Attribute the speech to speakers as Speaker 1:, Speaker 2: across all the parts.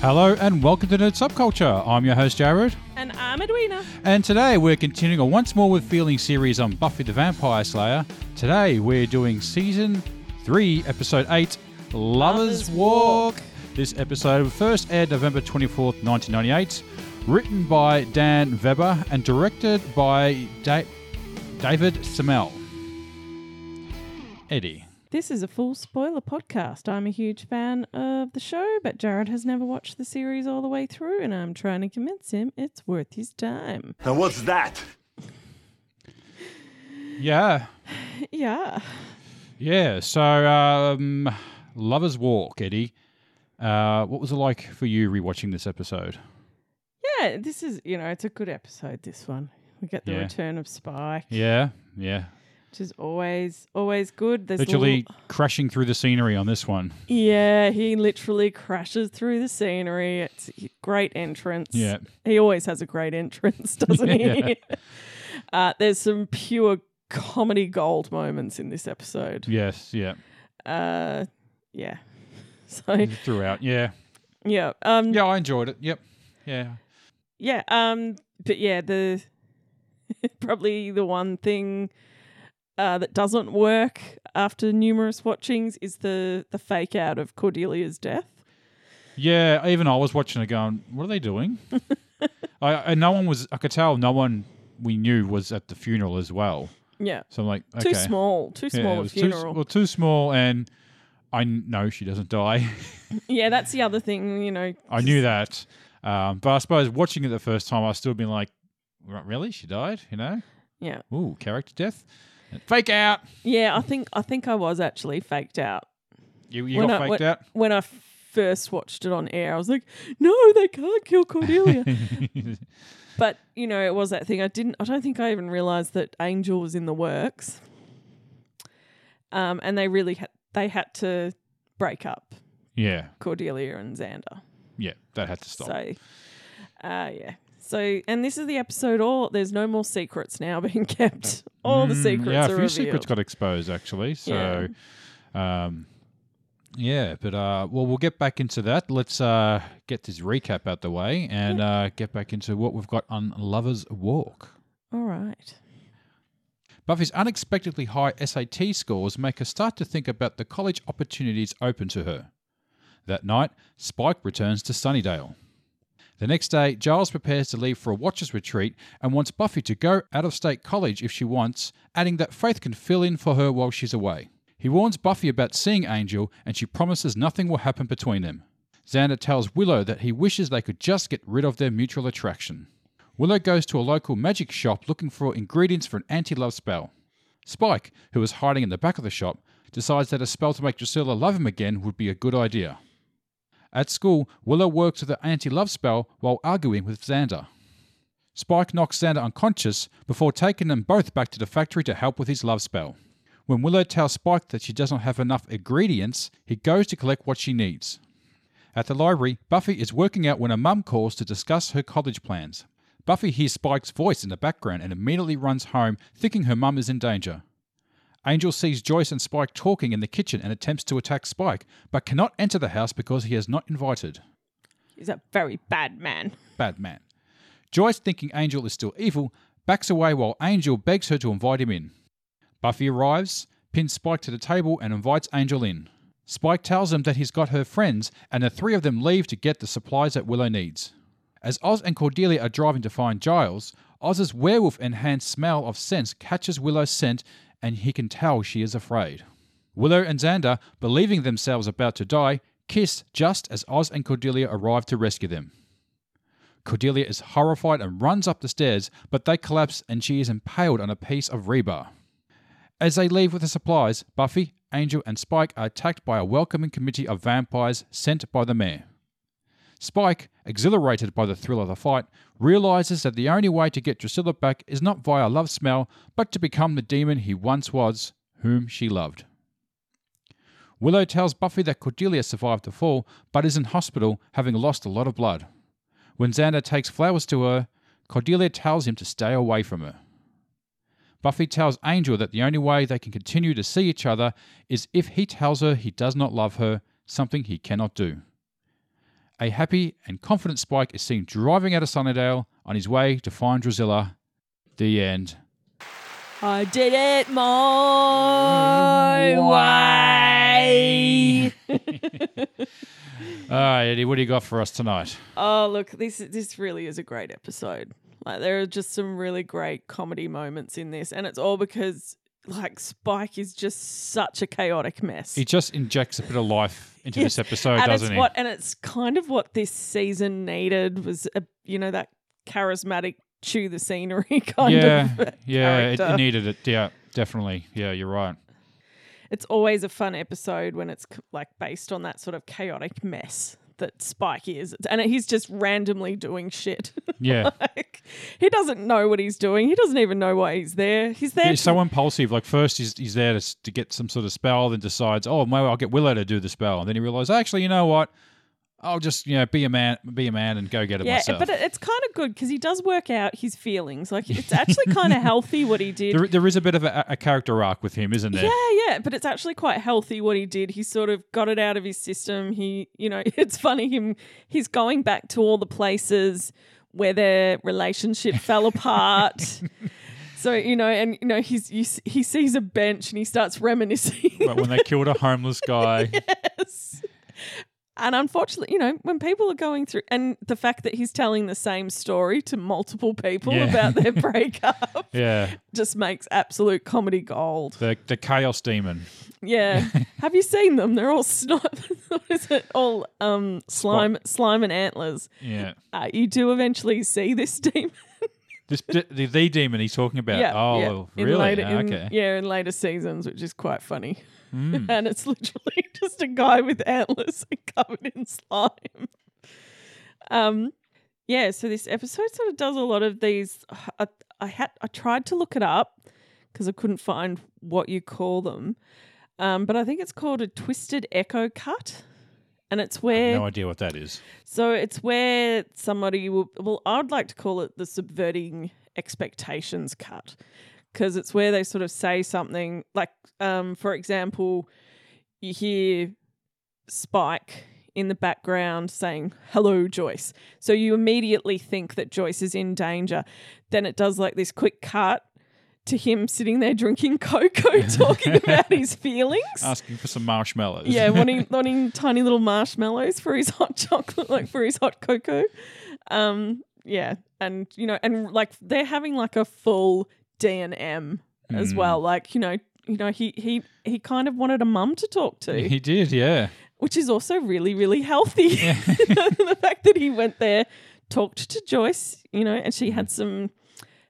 Speaker 1: Hello and welcome to Nerd Subculture. I'm your host Jared,
Speaker 2: And I'm Edwina.
Speaker 1: and today we're continuing a once more with feeling series on Buffy the Vampire Slayer. Today we're doing season three, episode eight, Lovers
Speaker 2: Lovers
Speaker 1: Walk.
Speaker 2: Walk.
Speaker 1: This episode first aired November twenty fourth, nineteen ninety eight. Written by Dan Weber and directed by da- David Semel. Eddie.
Speaker 2: This is a full spoiler podcast. I'm a huge fan of the show, but Jared has never watched the series all the way through, and I'm trying to convince him it's worth his time.
Speaker 3: Now, what's that?
Speaker 1: Yeah.
Speaker 2: Yeah.
Speaker 1: Yeah. So, um, Lovers Walk, Eddie. Uh, what was it like for you rewatching this episode?
Speaker 2: Yeah, this is, you know, it's a good episode, this one. We get the
Speaker 1: Yeah.
Speaker 2: return of Spike,
Speaker 1: Yeah. Yeah.
Speaker 2: which is always, always good. There's
Speaker 1: Literally
Speaker 2: little-
Speaker 1: crashing through the scenery on this one.
Speaker 2: yeah, he literally crashes through the scenery. It's a great entrance.
Speaker 1: Yeah.
Speaker 2: He always has a great entrance, doesn't he? uh, there's some pure comedy gold moments in this episode.
Speaker 1: Yes. Yeah.
Speaker 2: Uh, yeah. So
Speaker 1: Throughout. Yeah.
Speaker 2: yeah, um, yeah,
Speaker 1: Yeah. I enjoyed it. Yep. Yeah.
Speaker 2: um, but yeah, the probably the one thing uh, that doesn't work after numerous watchings is the the fake out of Cordelia's death.
Speaker 1: Yeah. Even I was watching it going, what are they doing? I, and no one was, I could tell no one we knew was at the funeral as well.
Speaker 2: Yeah,
Speaker 1: So I'm like, okay.
Speaker 2: too small, too
Speaker 1: Yeah,
Speaker 2: small
Speaker 1: it
Speaker 2: a
Speaker 1: was too s-
Speaker 2: funeral.
Speaker 1: well, too small. And I kn- know she doesn't die.
Speaker 2: yeah, that's the other thing. You know,
Speaker 1: I knew that, um, but I suppose watching it the first time, I still been like, "Re- "Really? She died?" You know?
Speaker 2: yeah,
Speaker 1: Ooh, character death, fake out.
Speaker 2: yeah. I think I think I was actually faked out.
Speaker 1: You, you got
Speaker 2: I,
Speaker 1: faked out.
Speaker 2: when I first watched it on air, I was like, no, they can't kill Cordelia. but you know, it was that thing. I didn't. I don't think I even realized that Angel was in the works. Um, and they really had they had to break up
Speaker 1: yeah,
Speaker 2: Cordelia and Xander.
Speaker 1: yeah, that had to stop. Mm,
Speaker 2: So, uh, yeah. So, and this is the episode. All there's no more secrets now being kept. All the
Speaker 1: Mm,
Speaker 2: secrets
Speaker 1: yeah, a
Speaker 2: are
Speaker 1: few
Speaker 2: revealed.
Speaker 1: secrets got exposed actually. So, um, yeah, but uh, well, we'll get back into that. Let's uh, get this recap out the way and uh, get back into what we've got on Lovers Walk.
Speaker 2: all right.
Speaker 1: Buffy's unexpectedly high SAT scores make her start to think about the college opportunities open to her. That night, Spike returns to Sunnydale. The next day, Giles prepares to leave for a Watchers retreat and wants Buffy to go out of state college if she wants, adding that Faith can fill in for her while she's away. He warns Buffy about seeing Angel and she promises nothing will happen between them. Xander tells Willow that he wishes they could just get rid of their mutual attraction. Willow goes to a local magic shop looking for ingredients for an anti love spell. Spike, who is hiding in the back of the shop, decides that a spell to make Drusilla love him again would be a good idea. At school, Willow works with the anti love spell while arguing with Xander. Spike knocks Xander unconscious before taking them both back to the factory to help with his love spell. When Willow tells Spike that she doesn't have enough ingredients, he goes to collect what she needs. At the library, Buffy is working out when her mum calls to discuss her college plans. Buffy hears Spike's voice in the background and immediately runs home, thinking her mum is in danger. Angel sees Joyce and Spike talking in the kitchen and attempts to attack Spike, but cannot enter the house because he is not invited.
Speaker 2: He's a very bad man.
Speaker 1: Bad man. Joyce, thinking Angel is still evil, backs away while Angel begs her to invite him in. Buffy arrives, pins Spike to the table, and invites Angel in. Spike tells him that he's got her friends, and the three of them leave to get the supplies that Willow needs. As Oz and Cordelia are driving to find Giles, Oz's werewolf enhanced smell of sense catches Willow's scent, and he can tell she is afraid. Willow and Xander, believing themselves about to die, kiss just as Oz and Cordelia arrive to rescue them. Cordelia is horrified and runs up the stairs, but they collapse and she is impaled on a piece of rebar. As they leave with the supplies, Buffy, Angel, and Spike are attacked by a welcoming committee of vampires sent by the mayor. Spike, exhilarated by the thrill of the fight, realizes that the only way to get Drusilla back is not via love smell, but to become the demon he once was, whom she loved. Willow tells Buffy that Cordelia survived the fall, but is in hospital, having lost a lot of blood. When Xander takes flowers to her, Cordelia tells him to stay away from her. Buffy tells Angel that the only way they can continue to see each other is if he tells her he does not love her, something he cannot do. A happy and confident Spike is seen driving out of Sunnydale on his way to find Drazilla. The end.
Speaker 2: I did it my way.
Speaker 1: All right, Eddie, what do you got for us tonight?
Speaker 2: Oh, look, this this really is a great episode. Like there are just some really great comedy moments in this, and it's all because like Spike is just such a chaotic mess.
Speaker 1: He just injects a bit of life into
Speaker 2: Yes,
Speaker 1: this episode,
Speaker 2: and
Speaker 1: doesn't
Speaker 2: it's
Speaker 1: he?
Speaker 2: what and it's kind of what this season needed was a, you know that charismatic chew the scenery kind
Speaker 1: yeah,
Speaker 2: of
Speaker 1: yeah, it,
Speaker 2: character.
Speaker 1: it needed it. Yeah, definitely. Yeah, you're right.
Speaker 2: it's always a fun episode when it's c- like based on that sort of chaotic mess that Spike is, and he's just randomly doing shit.
Speaker 1: Yeah,
Speaker 2: like he doesn't know what he's doing. He doesn't even know why he's there. He's there.
Speaker 1: he's
Speaker 2: to-
Speaker 1: so impulsive. Like first, he's, he's there to, s- to get some sort of spell, then decides, oh, maybe I'll get Willow to do the spell, and then he realizes, actually, you know what? I'll just you know be a man, be a man, and go get it
Speaker 2: yeah,
Speaker 1: myself.
Speaker 2: but it, it's kind of good because he does work out his feelings. Like it's actually kind of healthy what he did.
Speaker 1: there, there is a bit of a, a character arc with him, isn't there?
Speaker 2: Yeah, yeah, but it's actually quite healthy what he did. He sort of got it out of his system. He, you know, it's funny him he's going back to all the places where their relationship fell apart. So, you know, and you know, he's you, s- he sees a bench and he starts reminiscing.
Speaker 1: But when they killed a homeless guy,
Speaker 2: Yes. And unfortunately, you know, when people are going through, and the fact that he's telling the same story to multiple people
Speaker 1: Yeah.
Speaker 2: about their breakup
Speaker 1: yeah,
Speaker 2: just makes absolute comedy gold.
Speaker 1: the the chaos demon.
Speaker 2: Yeah. Have you seen them? They're all snot. what is it? All um slime, slime and antlers.
Speaker 1: Yeah.
Speaker 2: Uh, you do eventually see this demon.
Speaker 1: This the, the, the demon he's talking about. oh,
Speaker 2: In
Speaker 1: really?
Speaker 2: Later,
Speaker 1: Oh,
Speaker 2: in-
Speaker 1: okay. Hmm.
Speaker 2: Yeah, in later seasons, which is quite funny. and it's literally just a guy with antlers and covered in slime. Um, yeah. So this episode sort of does a lot of these. I, I had I tried to look it up because I couldn't find what you call them. Um, but I think it's called a twisted echo cut. And it's where
Speaker 1: No idea what that is.
Speaker 2: so it's where somebody will, well, I'd like to call it the subverting expectations cut because it's where they sort of say something like, um, for example, you hear Spike in the background saying, hello, Joyce. So you immediately think that Joyce is in danger. Then it does like this quick cut to him sitting there drinking cocoa, talking about his feelings.
Speaker 1: Asking for some marshmallows.
Speaker 2: Yeah, wanting wanting tiny little marshmallows for his hot chocolate, like for his hot cocoa. Um, yeah, and you know, and like they're having like a full D and M as
Speaker 1: Hmm.
Speaker 2: well. Like you know, you know, he he he kind of wanted a mum to talk to,
Speaker 1: he did. Yeah.
Speaker 2: which is also really really healthy. the fact that he went there, talked to Joyce, you know, and she had some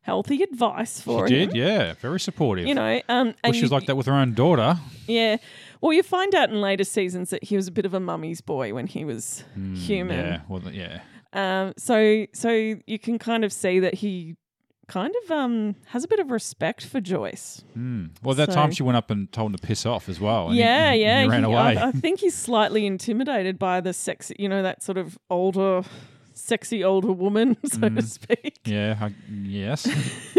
Speaker 2: healthy advice for
Speaker 1: He
Speaker 2: him.
Speaker 1: Hmm. did. Yeah. Very supportive.
Speaker 2: You know, um, and
Speaker 1: Well, she's
Speaker 2: you-
Speaker 1: like that with her own daughter.
Speaker 2: yeah. Well, you find out in later seasons that he was a bit of a mummy's boy when he was
Speaker 1: Hmm, Yeah.
Speaker 2: human.
Speaker 1: Well, th- yeah.
Speaker 2: Um, so so you can kind of see that he kind of um has a bit of respect for Joyce.
Speaker 1: Hmm. Well, that
Speaker 2: So-
Speaker 1: time she went up and told him to piss off as well. and he-
Speaker 2: yeah,
Speaker 1: he-
Speaker 2: yeah.
Speaker 1: He ran
Speaker 2: he- I-
Speaker 1: away.
Speaker 2: I, think he's slightly intimidated by the sexy, you know, that sort of older, sexy older woman, so to speak.
Speaker 1: Hmm. yeah. I- yes.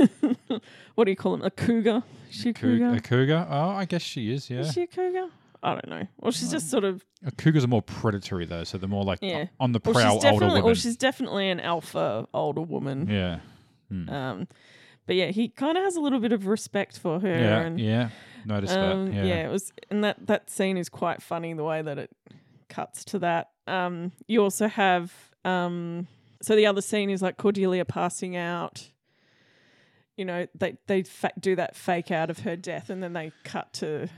Speaker 2: What do you call him? A cougar? Is she a cougar?
Speaker 1: Cougar. A cougar. Oh, I guess she is. Yeah.
Speaker 2: Is she a cougar? I don't know. Well, she's just sort of
Speaker 1: Uh, Cougars are more predatory though, so they're more like
Speaker 2: Yeah.
Speaker 1: on the
Speaker 2: well,
Speaker 1: prowl
Speaker 2: she's
Speaker 1: older
Speaker 2: definitely,
Speaker 1: women.
Speaker 2: well, she's definitely an alpha older woman.
Speaker 1: yeah.
Speaker 2: Um, but yeah, he kind of has a little bit of respect for her.
Speaker 1: Yeah.
Speaker 2: and,
Speaker 1: yeah. Notice
Speaker 2: um,
Speaker 1: that. Yeah.
Speaker 2: yeah. it was, and that that scene is quite funny the way that it cuts to that. Um, you also have, um, so the other scene is like Cordelia passing out. You know, they they fa- do that fake out of her death, and then they cut to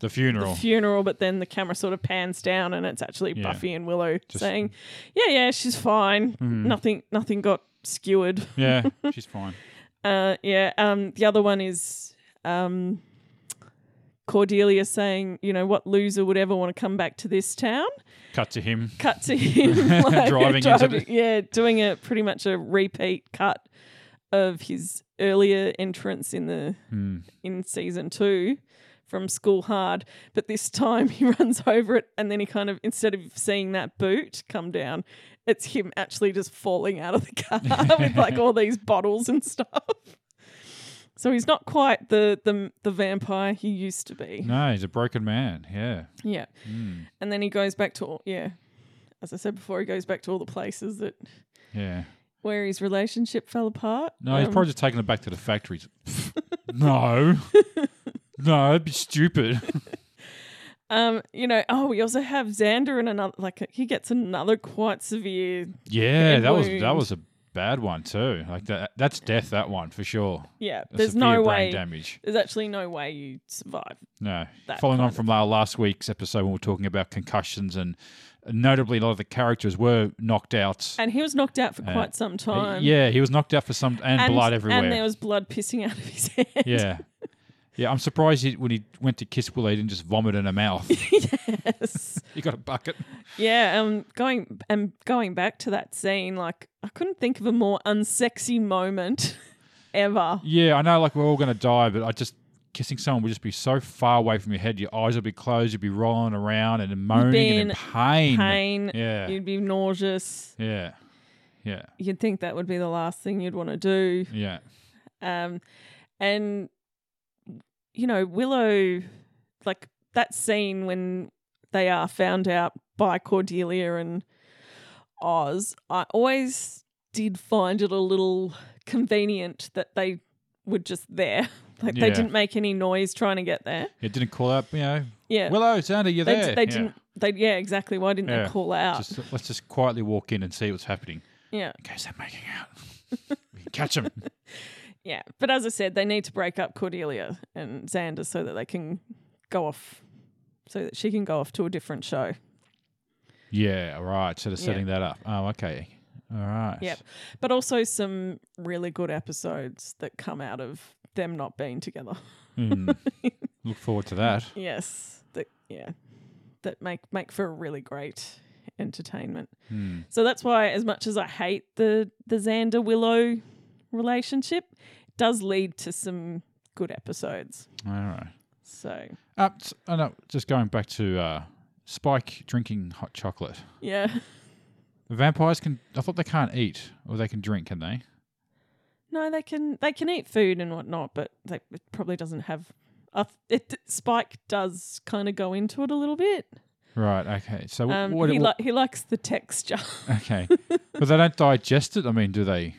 Speaker 1: The funeral.
Speaker 2: the funeral, but then the camera sort of pans down and it's actually
Speaker 1: Yeah.
Speaker 2: Buffy and Willow
Speaker 1: Just- Mm-hmm.
Speaker 2: saying, "Yeah, yeah, she's fine. Nothing, nothing got skewered."
Speaker 1: yeah. She's fine.
Speaker 2: Uh, yeah. Um, the other one is um, Cordelia saying, "You know, what loser would ever want to come back to this town?"
Speaker 1: Cut to him.
Speaker 2: Cut to him like,
Speaker 1: Driving into the-
Speaker 2: yeah, doing a pretty much a repeat cut of his earlier entrance in the
Speaker 1: Hmm.
Speaker 2: in season two from School Hard, but this time he runs over it and then he kind of instead of seeing that boot come down, it's him actually just falling out of the car with like all these bottles and stuff. So he's not quite the the, the vampire he used to be.
Speaker 1: No, he's a broken man. Yeah.
Speaker 2: Yeah.
Speaker 1: Mm.
Speaker 2: And then he goes back to yeah. as I said before, he goes back to all the places that
Speaker 1: Yeah.
Speaker 2: where his relationship fell apart.
Speaker 1: No, he's
Speaker 2: Um,
Speaker 1: probably just taking it back to the factory. no. No, that'd be stupid.
Speaker 2: Um, you know, oh, we also have Xander and another like he gets another quite severe.
Speaker 1: Yeah,
Speaker 2: Head
Speaker 1: that was that
Speaker 2: wound.
Speaker 1: was a bad one too. Like that that's death that one for sure.
Speaker 2: Yeah,
Speaker 1: A
Speaker 2: there's
Speaker 1: severe
Speaker 2: no
Speaker 1: brain
Speaker 2: way.
Speaker 1: damage.
Speaker 2: There's actually no way you survive.
Speaker 1: No.
Speaker 2: That
Speaker 1: Following on
Speaker 2: kind
Speaker 1: from our last week's episode when we were talking about concussions and notably a lot of the characters were knocked out.
Speaker 2: And he was knocked out for
Speaker 1: Uh,
Speaker 2: quite some time.
Speaker 1: Yeah, he was knocked out for some and, blood everywhere.
Speaker 2: And there was blood pissing out of his hand.
Speaker 1: yeah. Yeah, I'm surprised he, when he went to kiss Willie, he didn't just vomit in her mouth.
Speaker 2: yes.
Speaker 1: he got a bucket.
Speaker 2: Yeah, um going and going back to that scene, like I couldn't think of a more unsexy moment ever.
Speaker 1: Yeah, I know, like we're all going to die, but I just kissing someone would just be so far away from your head. Your eyes would be closed. You'd be rolling around and moaning
Speaker 2: be
Speaker 1: and in
Speaker 2: in
Speaker 1: pain.
Speaker 2: Pain.
Speaker 1: Yeah,
Speaker 2: You'd be nauseous.
Speaker 1: yeah, yeah,
Speaker 2: You'd think that would be the last thing you'd want to do.
Speaker 1: yeah,
Speaker 2: Um, and you know, Willow, like that scene when they are found out by Cordelia and Oz, I always did find it a little convenient that they were just there. Like they
Speaker 1: Yeah.
Speaker 2: didn't make any noise trying to get there.
Speaker 1: It didn't call out, you know,
Speaker 2: Yeah.
Speaker 1: Willow, Xander, you're
Speaker 2: they,
Speaker 1: there.
Speaker 2: they
Speaker 1: Yeah.
Speaker 2: didn't uh, they yeah, exactly. Why didn't
Speaker 1: Yeah.
Speaker 2: they call out?
Speaker 1: Just, let's just quietly walk in and see what's happening.
Speaker 2: yeah.
Speaker 1: In case they're making out, we can catch them.
Speaker 2: Yeah. But as I said, they need to break up Cordelia and Xander so that they can go off so that she can go off to a different show.
Speaker 1: yeah, right. So they're setting that up. Oh, okay. All right.
Speaker 2: Yep. But also some really good episodes that come out of them not being together.
Speaker 1: Hmm. Look forward to that.
Speaker 2: Yes. That yeah. That make make for a really great entertainment.
Speaker 1: Hmm.
Speaker 2: So that's why as much as I hate the the Xander Willow relationship, it does lead to some good episodes.
Speaker 1: All right.
Speaker 2: So
Speaker 1: Uh, s- oh no, just going back to uh, Spike drinking hot chocolate.
Speaker 2: yeah.
Speaker 1: Vampires can. I thought they can't eat, or they can drink, can they?
Speaker 2: No, they can they can eat food and whatnot, but they, it probably doesn't have. A, it Spike does kind of go into it a little bit.
Speaker 1: Right. Okay. So
Speaker 2: Um,
Speaker 1: what?
Speaker 2: he,
Speaker 1: what-
Speaker 2: li- he likes the texture.
Speaker 1: okay. but they don't digest it. I mean, do they?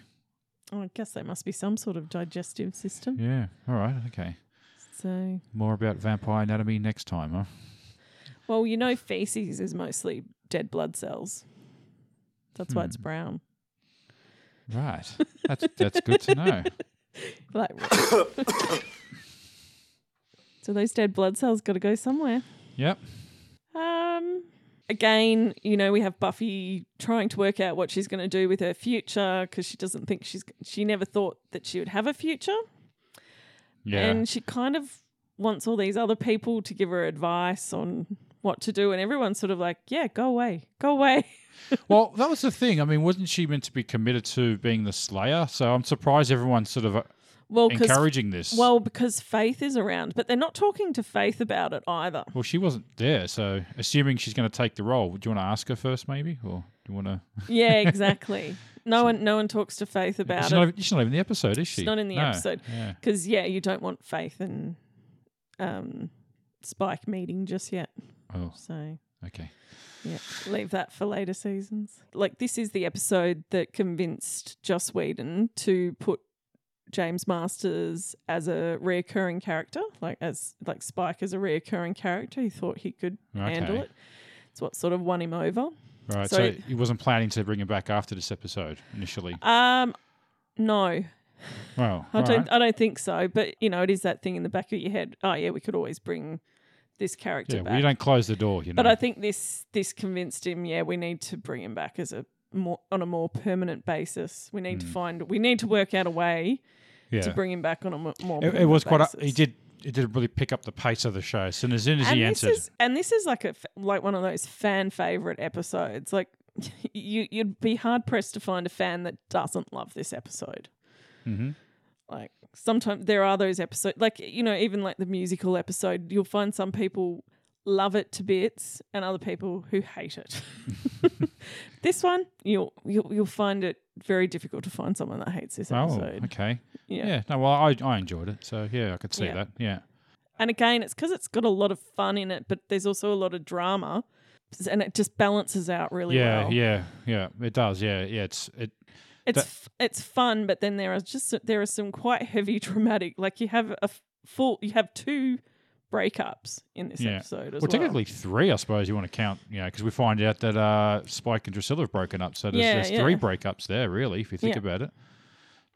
Speaker 2: Oh, I guess they must be some sort of digestive system.
Speaker 1: Yeah. All right. Okay.
Speaker 2: So,
Speaker 1: More about vampire anatomy next time, huh?
Speaker 2: well, you know, feces is mostly dead blood cells. That's why it's
Speaker 1: Hmm.
Speaker 2: brown.
Speaker 1: Right. That's that's good to know.
Speaker 2: Like, so those dead blood cells got to go somewhere.
Speaker 1: Yep.
Speaker 2: Um, again, you know, we have Buffy trying to work out what she's going to do with her future because she doesn't think she's she never thought that she would have a future,
Speaker 1: Yeah.
Speaker 2: and she kind of wants all these other people to give her advice on what to do, and everyone's sort of like, "Yeah, go away, go away."
Speaker 1: well, that was the thing. I mean, wasn't she meant to be committed to being the Slayer? So I'm surprised everyone's sort of uh,
Speaker 2: Well, because
Speaker 1: encouraging this.
Speaker 2: well, because Faith is around, but they're not talking to Faith about it either.
Speaker 1: Well, she wasn't there, so assuming she's going to take the role, do you want to ask her first, maybe, or do you want to?
Speaker 2: Yeah, exactly. No one, no one talks to Faith about
Speaker 1: She's
Speaker 2: it
Speaker 1: not, she's not even in the episode, is she?
Speaker 2: not in the episode.
Speaker 1: Yeah.
Speaker 2: because yeah, you don't want Faith and um, Spike meeting just yet.
Speaker 1: Oh,
Speaker 2: So
Speaker 1: okay.
Speaker 2: yeah, leave that for later seasons. Like this is the episode that convinced Joss Whedon to put James Masters as a reoccurring character, like as like Spike as a reoccurring character. He thought he could handle
Speaker 1: Okay.
Speaker 2: it. It's what sort of won him over.
Speaker 1: Right. So,
Speaker 2: So-
Speaker 1: he wasn't planning to bring him back after this episode initially.
Speaker 2: Um, no,
Speaker 1: Well,
Speaker 2: I
Speaker 1: all
Speaker 2: don't.
Speaker 1: right.
Speaker 2: I don't think so. But you know, it is that thing in the back of your head. Oh yeah, we could always bring this character
Speaker 1: yeah,
Speaker 2: back.
Speaker 1: well, you don't close the door, you know.
Speaker 2: But I think this this convinced him. Yeah, we need to bring him back as a more on a more permanent basis. We need to find. We need to work out a way
Speaker 1: yeah.
Speaker 2: to bring him back on a mo- more.
Speaker 1: it, it
Speaker 2: permanent
Speaker 1: was quite. A,
Speaker 2: basis.
Speaker 1: he did. It did really pick up the pace of the show. So as soon as
Speaker 2: And
Speaker 1: he
Speaker 2: this
Speaker 1: answered,
Speaker 2: is and this is like a f- like one of those fan favorite episodes. Like you you'd be hard pressed to find a fan that doesn't love this episode.
Speaker 1: Mhm.
Speaker 2: like sometimes there are those episodes like you know even like the musical episode you'll find some people love it to bits and other people who hate it this one you'll, you'll you'll find it very difficult to find someone that hates this
Speaker 1: oh,
Speaker 2: episode
Speaker 1: okay,
Speaker 2: yeah.
Speaker 1: yeah. No, well, I, I enjoyed it. So yeah, I could see
Speaker 2: Yeah.
Speaker 1: that. Yeah.
Speaker 2: and again it's because it's got a lot of fun in it but there's also a lot of drama and it just balances out really
Speaker 1: yeah,
Speaker 2: well.
Speaker 1: yeah, yeah. It does. Yeah, yeah. It's it.
Speaker 2: It's
Speaker 1: That-
Speaker 2: f- it's fun, but then there are just there are some quite heavy dramatic. Like you have a f- full, you have two breakups in this
Speaker 1: Yeah.
Speaker 2: episode as well.
Speaker 1: Well, technically three, I suppose you want to count. You know, because we find out that uh, Spike and Drusilla have broken up. So there's,
Speaker 2: Yeah,
Speaker 1: there's three
Speaker 2: yeah.
Speaker 1: breakups there, really, if you think
Speaker 2: Yeah.
Speaker 1: about it.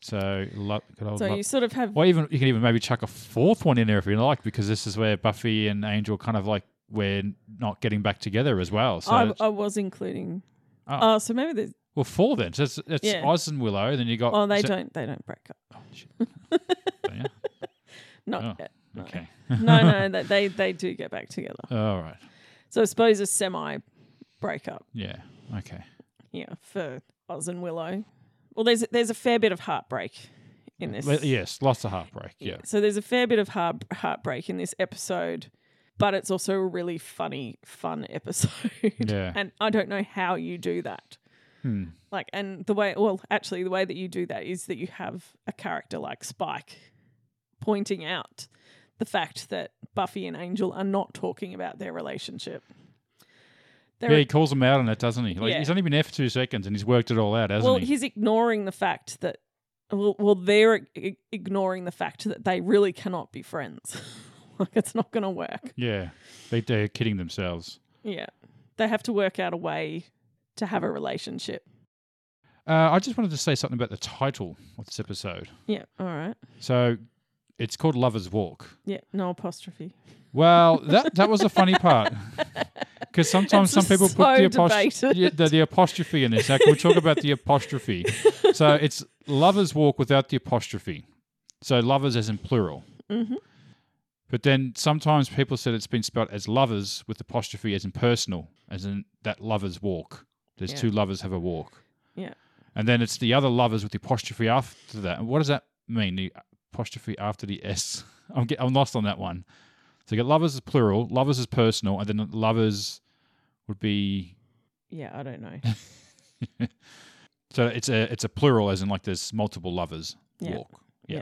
Speaker 1: So lo- good old.
Speaker 2: so
Speaker 1: lo-
Speaker 2: you sort of have
Speaker 1: or even you can even maybe chuck a fourth one in there if you like, because this is where Buffy and Angel kind of like we're not getting back together as well. So
Speaker 2: I, I was including.
Speaker 1: Oh.
Speaker 2: Oh, so maybe there's.
Speaker 1: well, four then. So it's, it's
Speaker 2: Yeah.
Speaker 1: Oz and Willow. Then you got
Speaker 2: Oh, they
Speaker 1: so-
Speaker 2: don't. They don't break up.
Speaker 1: Oh, shit. Yeah.
Speaker 2: Not
Speaker 1: Oh,
Speaker 2: yet. no.
Speaker 1: Okay.
Speaker 2: no, no. That they they do get back together.
Speaker 1: All right.
Speaker 2: So I suppose a semi breakup.
Speaker 1: Yeah. Okay.
Speaker 2: Yeah, for Oz and Willow. Well, there's there's a fair bit of heartbreak in this.
Speaker 1: Le- yes, lots of heartbreak. Yeah.
Speaker 2: So there's a fair bit of heart, heartbreak in this episode, but it's also a really funny, fun episode.
Speaker 1: Yeah.
Speaker 2: and I don't know how you do that.
Speaker 1: Hmm.
Speaker 2: Like, and the way, well, actually, the way that you do that is that you have a character like Spike pointing out the fact that Buffy and Angel are not talking about their relationship. They're
Speaker 1: yeah, he calls him out on it, doesn't he? Like
Speaker 2: Yeah.
Speaker 1: he's only been there for two seconds and he's worked it all out, hasn't
Speaker 2: well,
Speaker 1: he?
Speaker 2: he's ignoring the fact that well, well they're ig- ignoring the fact that they really cannot be friends. like it's not going to work.
Speaker 1: Yeah, they, they're kidding themselves.
Speaker 2: Yeah. They have to work out a way to have a relationship.
Speaker 1: Uh, I just wanted to say something about the title of this episode.
Speaker 2: Yeah, all right.
Speaker 1: So it's called Lover's Walk.
Speaker 2: Yeah, no apostrophe.
Speaker 1: Well, that that was a funny part because sometimes some
Speaker 2: It's
Speaker 1: people
Speaker 2: so
Speaker 1: put the, apostrophe
Speaker 2: debated.
Speaker 1: yeah, the, the apostrophe in this. Like, we'll talk about the apostrophe. So it's lovers walk without the apostrophe. So lovers as in plural.
Speaker 2: Mhm.
Speaker 1: But then sometimes people said it's been spelled as lovers with apostrophe as in personal, as in that lovers walk. There's
Speaker 2: Yeah.
Speaker 1: two lovers have a walk.
Speaker 2: Yeah.
Speaker 1: And then it's the other lovers with the apostrophe after that. And what does that mean? The apostrophe after the S. I'm get, I'm lost on that one. So you got lovers is plural, lovers is personal, and then lovers would be
Speaker 2: Yeah, I don't know.
Speaker 1: so it's a it's a plural as in like there's multiple lovers
Speaker 2: Yeah.
Speaker 1: walk. Yeah.
Speaker 2: Yeah.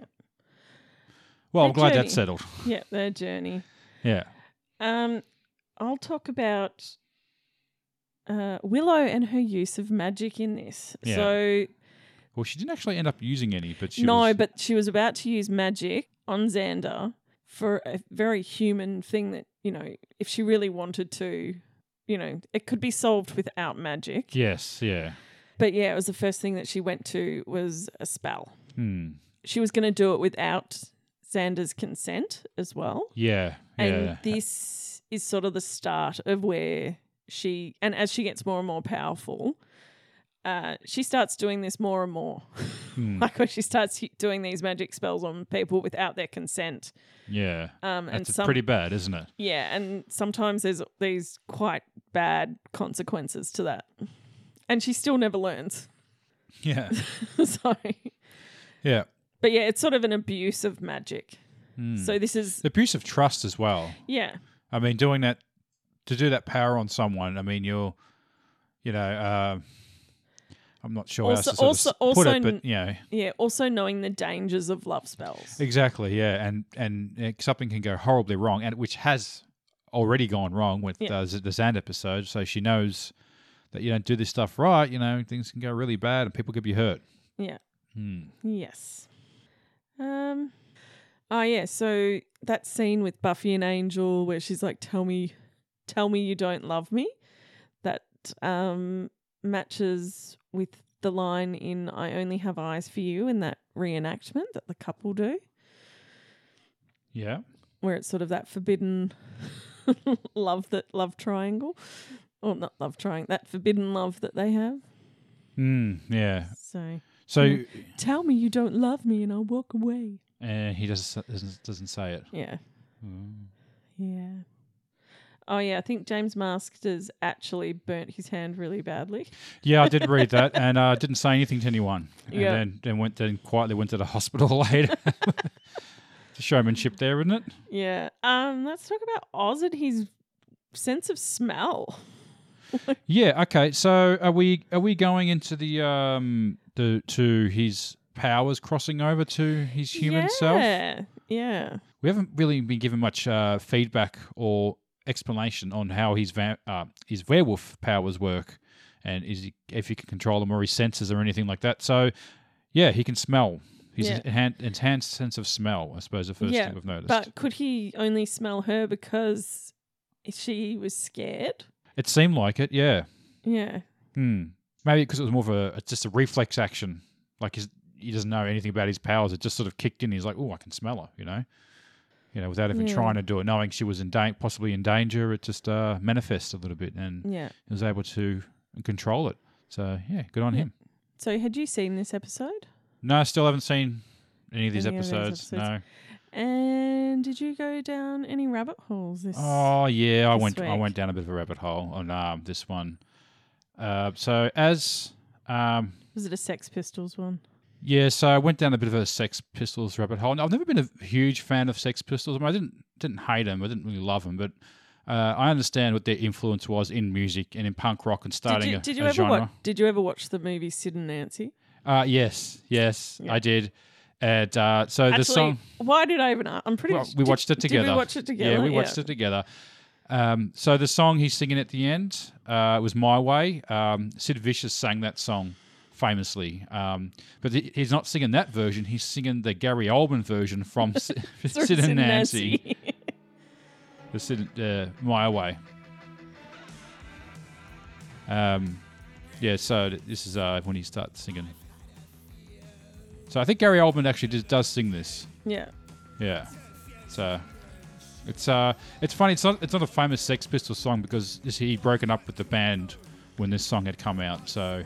Speaker 1: Well, I'm
Speaker 2: Their
Speaker 1: glad
Speaker 2: journey.
Speaker 1: that's settled.
Speaker 2: yeah, their journey.
Speaker 1: Yeah.
Speaker 2: Um I'll talk about uh, Willow and her use of magic in this.
Speaker 1: Yeah.
Speaker 2: So
Speaker 1: Well, she didn't actually end up using any, but she
Speaker 2: no,
Speaker 1: was,
Speaker 2: but she was about to use magic on Xander for a very human thing that, you know, if she really wanted to, you know, it could be solved without magic.
Speaker 1: yes, yeah.
Speaker 2: But yeah, it was the first thing that she went to was a spell.
Speaker 1: Hmm.
Speaker 2: She was going to do it without Xander's consent as well.
Speaker 1: Yeah.
Speaker 2: And
Speaker 1: Yeah.
Speaker 2: this is sort of the start of where she, and as she gets more and more powerful, uh, she starts doing this more and more.
Speaker 1: Hmm.
Speaker 2: like when she starts hu- doing these magic spells on people without their consent.
Speaker 1: Yeah.
Speaker 2: Um, and
Speaker 1: That's
Speaker 2: some,
Speaker 1: pretty bad, isn't it?
Speaker 2: yeah, and sometimes there's these quite bad consequences to that. And she still never learns.
Speaker 1: Yeah.
Speaker 2: so,
Speaker 1: yeah.
Speaker 2: but yeah, it's sort of an abuse of magic.
Speaker 1: Hmm.
Speaker 2: So this is,
Speaker 1: The abuse of trust as well.
Speaker 2: yeah,
Speaker 1: I mean, doing that to do that power on someone. I mean, you're, you know, uh, I'm not sure
Speaker 2: Also-
Speaker 1: how else to sort of
Speaker 2: also-
Speaker 1: s- put it,
Speaker 2: also
Speaker 1: but you know,
Speaker 2: yeah. Also knowing the dangers of love spells.
Speaker 1: exactly, yeah, and and uh, something can go horribly wrong, and which has already gone wrong with
Speaker 2: Yeah.
Speaker 1: uh, Z- the Zand episode. So she knows that you don't do this stuff right, you know, things can go really bad, and people could be hurt.
Speaker 2: Yeah.
Speaker 1: Hmm.
Speaker 2: Yes. Um. Oh yeah. So that scene with Buffy and Angel, where she's like, "Tell me, tell me you don't love me," that um matches with the line in "I only have eyes for you" in that reenactment that the couple do,
Speaker 1: Yeah.
Speaker 2: where it's sort of that forbidden love that love triangle, or not love triangle, that forbidden love that they have.
Speaker 1: Hmm. Yeah.
Speaker 2: So
Speaker 1: So
Speaker 2: Mm. tell me you don't love me, and I'll walk away.
Speaker 1: uh, he doesn't doesn't doesn't say it.
Speaker 2: Yeah.
Speaker 1: Hmm.
Speaker 2: Yeah. Oh yeah, I think James Masters actually burnt his hand really badly.
Speaker 1: Yeah, I did read that, and uh, didn't say anything to anyone.
Speaker 2: Yeah.
Speaker 1: And then, then went then quietly went to the hospital later. the showmanship there, isn't it?
Speaker 2: Yeah. Um, let's talk about Oz and his sense of smell.
Speaker 1: Yeah. Okay. So are we are we going into the um the to his powers crossing over to his human
Speaker 2: yeah.
Speaker 1: self?
Speaker 2: Yeah.
Speaker 1: We haven't really been given much uh, feedback or explanation on how his va- uh, his werewolf powers work, and is he, if he can control them or his senses or anything like that. So, yeah, he can smell. His
Speaker 2: Yeah.
Speaker 1: enhan- enhanced sense of smell, I suppose, the first
Speaker 2: Yeah,
Speaker 1: thing we've noticed.
Speaker 2: But could he only smell her because she was scared?
Speaker 1: it seemed like it, yeah.
Speaker 2: Yeah.
Speaker 1: Hmm. Maybe because it was more of a it's just a reflex action. Like his, he doesn't know anything about his powers. It just sort of kicked in. He's like, oh, I can smell her. You know, you know, without even
Speaker 2: Yeah.
Speaker 1: trying to do it, knowing she was in da- possibly in danger. It just uh, manifests a little bit, and
Speaker 2: Yeah.
Speaker 1: he was able to control it. So yeah, good on
Speaker 2: Yeah.
Speaker 1: him.
Speaker 2: So had you seen this episode?
Speaker 1: No, I still haven't seen any of these
Speaker 2: Any of those
Speaker 1: episodes.
Speaker 2: episodes. And did you go down any rabbit holes this
Speaker 1: No. Oh yeah, I
Speaker 2: This
Speaker 1: went I
Speaker 2: week.
Speaker 1: went down a bit of a rabbit hole on um, this one. Uh, so as um,
Speaker 2: was it a Sex Pistols one?
Speaker 1: Yeah, so I went down a bit of a Sex Pistols rabbit hole. And I've never been a huge fan of Sex Pistols. I, mean, I didn't didn't hate them. I didn't really love them, but uh, I understand what their influence was in music and in punk rock and starting
Speaker 2: did you,
Speaker 1: a,
Speaker 2: did
Speaker 1: a
Speaker 2: you ever
Speaker 1: genre.
Speaker 2: watch did you ever watch the movie Sid and Nancy?
Speaker 1: Uh, yes, yes,
Speaker 2: Yeah.
Speaker 1: I did. And uh, so the
Speaker 2: Actually,
Speaker 1: song
Speaker 2: why did I even a- I'm pretty
Speaker 1: well,
Speaker 2: sure
Speaker 1: we watched it together.
Speaker 2: Did we watch it together?
Speaker 1: Yeah, we watched it together. Um, so the song he's singing at the end uh, was "My Way." Um, Sid Vicious sang that song famously, um, but he- he's not singing that version. He's singing the Gary Oldman version from S- Sid, and Nancy. The Sid, uh, "My Way." Um, yeah, so th- this is uh, when he starts singing. So I think Gary Oldman actually does, does sing this.
Speaker 2: yeah.
Speaker 1: Yeah. So it's uh it's funny, it's not it's not a famous Sex Pistols song because this, he'd broken up with the band when this song had come out, so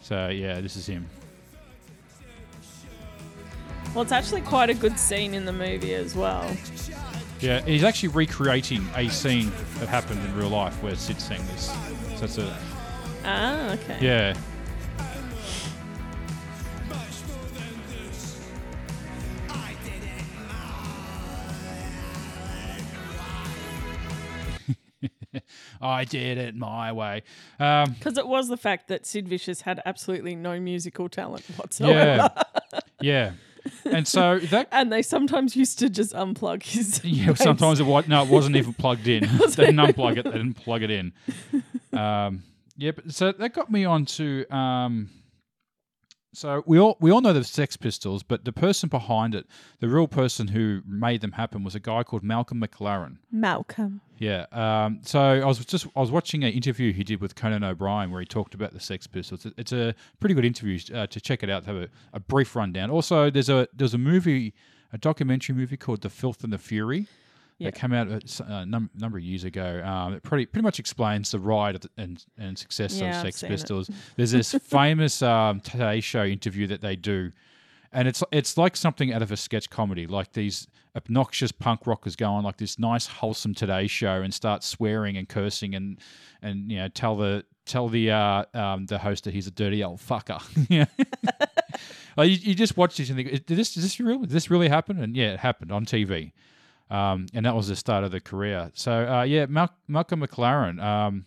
Speaker 1: so yeah, this is him.
Speaker 2: Well, it's actually quite a good scene in the movie as well.
Speaker 1: Yeah, he's actually recreating a scene that happened in real life where Sid sang this. So it's a
Speaker 2: Ah, okay.
Speaker 1: yeah. I did it my way. Um,
Speaker 2: Because it was the fact that Sid Vicious had absolutely no musical talent whatsoever.
Speaker 1: Yeah. yeah. And so that
Speaker 2: And they sometimes used to just unplug his.
Speaker 1: yeah,
Speaker 2: bass.
Speaker 1: sometimes it was no, it wasn't even plugged in. they didn't unplug it, they didn't plug it in. Um yeah, but so that got me on to um so we all we all know the Sex Pistols, but the person behind it, the real person who made them happen was a guy called Malcolm McLaren.
Speaker 2: Malcolm.
Speaker 1: Yeah. Um, so I was just I was watching an interview he did with Conan O'Brien where he talked about the Sex Pistols. It- It's a pretty good interview uh, to check it out. To have a, a brief rundown. Also, there's a there's a movie, a documentary movie called The Filth and the Fury.
Speaker 2: Yeah.
Speaker 1: That came out a s- a num- number of years ago. Um, it pretty pretty much explains the ride of the, and and success
Speaker 2: Yeah,
Speaker 1: of
Speaker 2: I've
Speaker 1: Sex
Speaker 2: seen it.
Speaker 1: Pistols. There's this famous um, Today Show interview that they do, and it's it's like something out of a sketch comedy. Like these obnoxious punk rockers go on like this nice wholesome Today Show and start swearing and cursing and and you know tell the tell the uh, um, the host that he's a dirty old fucker. Yeah. Like you, you just watch this and think, "Is- did this is this real? Did this really happen? And yeah, it happened on TV, um, and that was the start of the career. So uh, yeah, Mal- Malcolm McLaren. Um,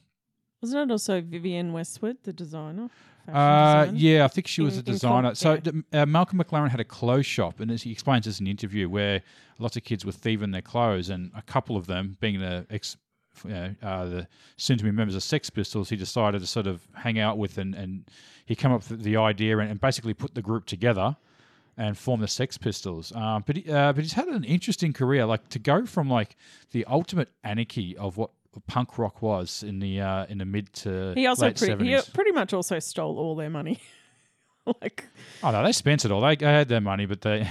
Speaker 2: Wasn't it also Vivienne Westwood, the designer? Fashion
Speaker 1: Uh,
Speaker 2: designer?
Speaker 1: yeah, I think she was a
Speaker 2: In- in col-
Speaker 1: designer. so
Speaker 2: yeah.
Speaker 1: the, uh, Malcolm McLaren had a clothes shop, and as he explains this in an interview where lots of kids were thieving their clothes, and a couple of them, being the ex, you know, uh, the soon-to-be members of Sex Pistols, he decided to sort of hang out with, and, and he came up with the idea and, and basically put the group together and form the Sex Pistols. Um, but he- uh, but he's had an interesting career, like to go from like the ultimate anarchy of what punk rock was in the uh, in the mid to
Speaker 2: He also
Speaker 1: late
Speaker 2: pre- he
Speaker 1: 70s.
Speaker 2: pretty much also stole all their money. like,
Speaker 1: Oh no, they spent it all. They, they had their money, but they